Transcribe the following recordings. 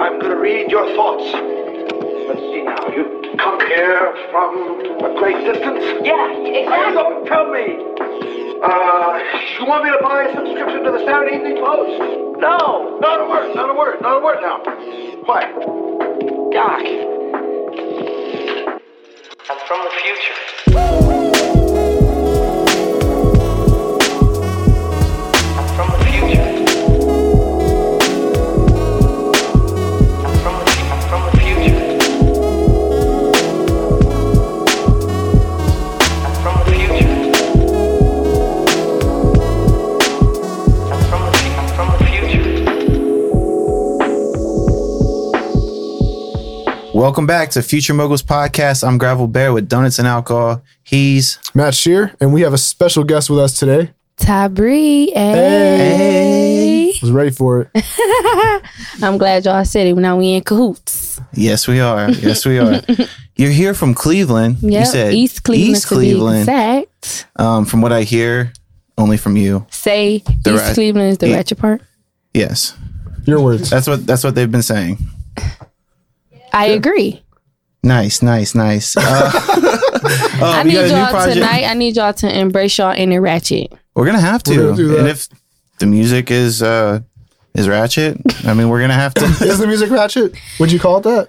I'm gonna read your thoughts. Let's see now. You come here from a great distance? Yeah, Hurry exactly. up, tell me. Uh, you want me to buy a subscription to the Saturday Evening Post? No, Not a word, not a word, not a word now. Why? Doc. I'm from the future. I'm from the future. I'm from the fu- I'm from the future. I'm from the future. I'm from the fu- I'm from the future. Welcome back to Future Moguls Podcast. I'm Gravel Bear with Donuts and Alcohol. He's Matt Shear, and we have a special guest with us today. Tabri, hey. Was ready for it. I'm glad y'all said it. Now we in cahoots. yes, we are. Yes, we are. You're here from Cleveland. Yep. you said East Cleveland East to be Cleveland. exact. Um, from what I hear, only from you. Say The East rat- Cleveland is the Yeah. ratchet part. Yes, Your words. that's what that's what they've been saying. I agree. Nice, nice, nice. Uh, oh, I we need got a new y'all project. tonight. I need y'all to embrace y'all inner ratchet. We're gonna have to. We're gonna do And that. if the music is uh is ratchet, I mean, we're gonna have to. Is the music ratchet? Would you call it that?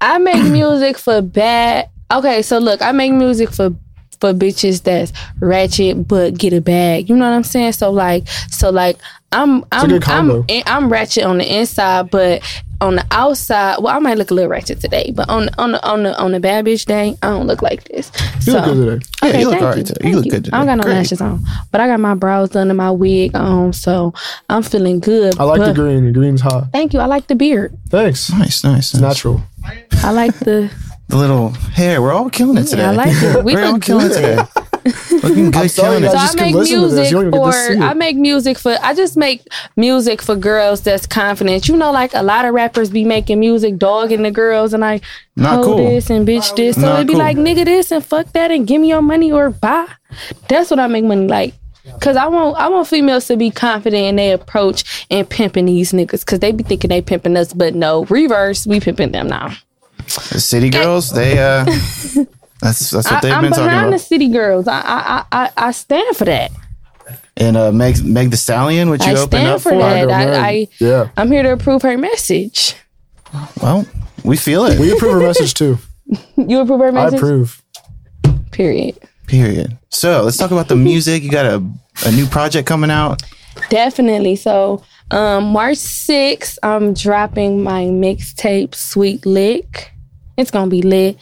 I make music for bad. Okay, so look, I make music for for bitches that's ratchet but get a bag. You know what I'm saying? So like, so like, I'm I'm good combo. I'm in- I'm ratchet on the inside, but on the outside, well, I might look a little ratchet today, but on on the on the on the bad bitch day, I don't look like this. so, You look good today. Yeah, Okay, you look thank all right you. today. You thank look good today. I don't got no Great. lashes on, but I got my brows done and my wig on, so I'm feeling good. I like the but- green. The green's hot. Thank you. I like the beard. Thanks. It's nice, nice, nice. natural. I like the. The little hair. We're all killing it today. I like it. We are all look killing it today. Looking good, sorry, killing it. guys. so just I can make listen to this. music You don't even for get to see it. I make music for I just make music for girls that's confident. You know, like a lot of rappers be making music dogging the girls and like Not hold cool. this and bitch this. So Not it'd be cool. like nigga this and fuck that and give me your money or buy. That's what I make money like. Cause I want I want females to be confident in their approach and pimping these niggas. Cause they be thinking they pimping us, but no, reverse, we pimping them now. The city girls, they uh that's that's what I, they've I'm been talking behind the about. city girls. I I I, I I stand for that. And uh Meg Meg the Stallion, which I you opened stand up for for. that. I, know. I Yeah. I'm here to approve her message. Well, we feel it. We approve her message too. You approve her I message. approve. Period. Period. So let's talk about the music. You got a a new project coming out. Definitely. So um March 6th, I'm dropping my mixtape Sweet Lick. It's gonna be lit.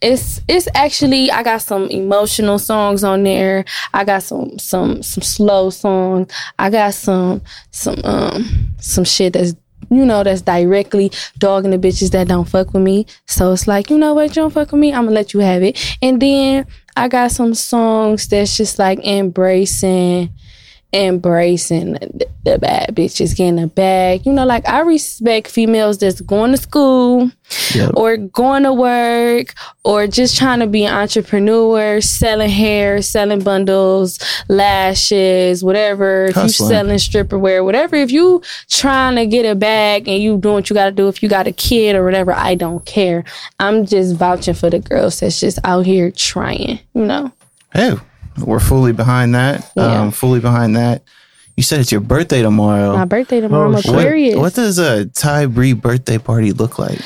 It's it's actually I got some emotional songs on there. I got some some some slow songs. I got some some um some shit that's you know that's directly dogging the bitches that don't fuck with me. So it's like you know what you don't fuck with me, I'm gonna let you have it. And then I got some songs that's just like embracing embracing the, the bad bitches getting a bag. You know, like I respect females that's going to school Yep. or going to work or just trying to be an entrepreneur, selling hair, selling bundles, lashes, whatever. If you Hustling. selling stripper wear, whatever. If you trying to get a bag and you doing what you gotta do, if you got a kid or whatever, I don't care. I'm just vouching for the girls that's just out here trying, you know. Hey, we're fully behind that. Yeah. Um fully behind that. You said it's your birthday tomorrow. My birthday tomorrow, I'm Oh, shit. Aquarius. what, what does a Ty Bree birthday party look like?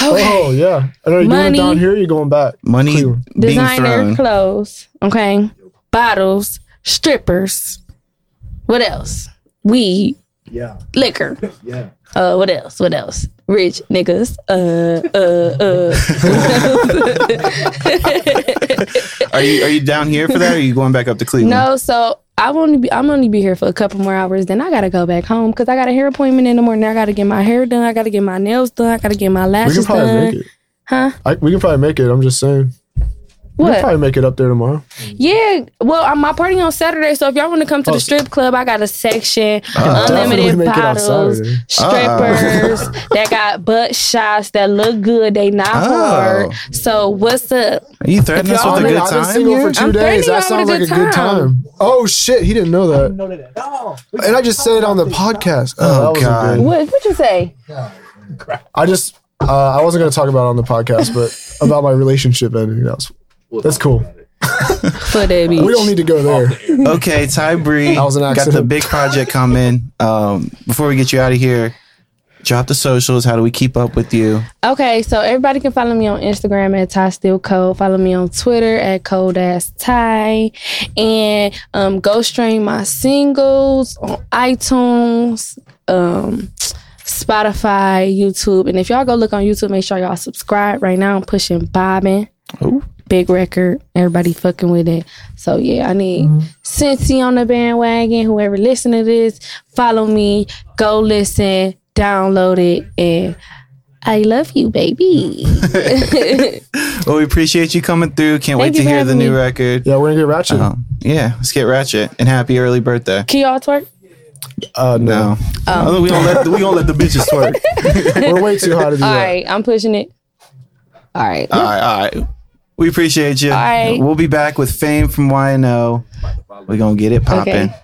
Oh yeah. I know you're doing it Money. down here. You're going back. Money Cleveland. being designer thrown. clothes, okay, bottles, strippers. What else? Weed, Yeah. liquor. Yeah. Uh, what else? What else? Rich niggas. Uh, uh, uh. Are you are you down here for that? Or are you going back up to Cleveland? no, so I won't be. I'm only be here for a couple more hours. Then I gotta go back home because I got a hair appointment in the morning. I gotta get my hair done. I gotta get my nails done. I gotta get my We can lashes probably done. make it. Huh? I, we can probably make it. I'm just saying. We'll What? probably make it up there tomorrow. yeah. Well, I'm my party on Saturday, so if y'all want to come to the strip club, I got a section, unlimited Definitely make it on bottles, Saturday. strippers that got butt shots that look good. They not Oh. hard. So what's up? Are you threatening us Oh, with a man, good I've been time? single here? for 2 I'm days. threatening That y'all sounds with like a a good good time. Oh shit, he didn't know that. And I just said it on the podcast. Oh, that wasn't God. good. What what you say? I just uh, I wasn't gonna talk about it on the podcast, but about my relationship ending. That was that's cool. For that We don't need to go there. Okay, Ty Bree That was an got the accident. big project coming. Um, before we get you out of here, drop the socials. How do we keep up with you? Okay, so everybody can follow me on Instagram at Ty Still Code. Follow me on Twitter at Cold Ass Ty. And um, go stream my singles on iTunes, um, Spotify, YouTube. And if y'all go look on YouTube, make sure y'all subscribe. Right now, I'm pushing Bobbin. Ooh. Big record. Everybody fucking with it. So yeah, I need Cincy on the bandwagon. Whoever listening to this, follow me. Go listen, download it, and I love you, baby. Well, we appreciate you coming through. Thank Can't wait you to for hear the having new me. record. Yeah, we're gonna get ratchet. Um, yeah, let's get ratchet and happy early birthday. Can y'all twerk? Uh, no, No, Um. Oh, we don't let we don't let the bitches twerk. we're way too high to do All that. right, I'm pushing it. All right. all right, all right. We appreciate you. right. We'll be back with fame from YNO. We're gonna get it popping. Okay.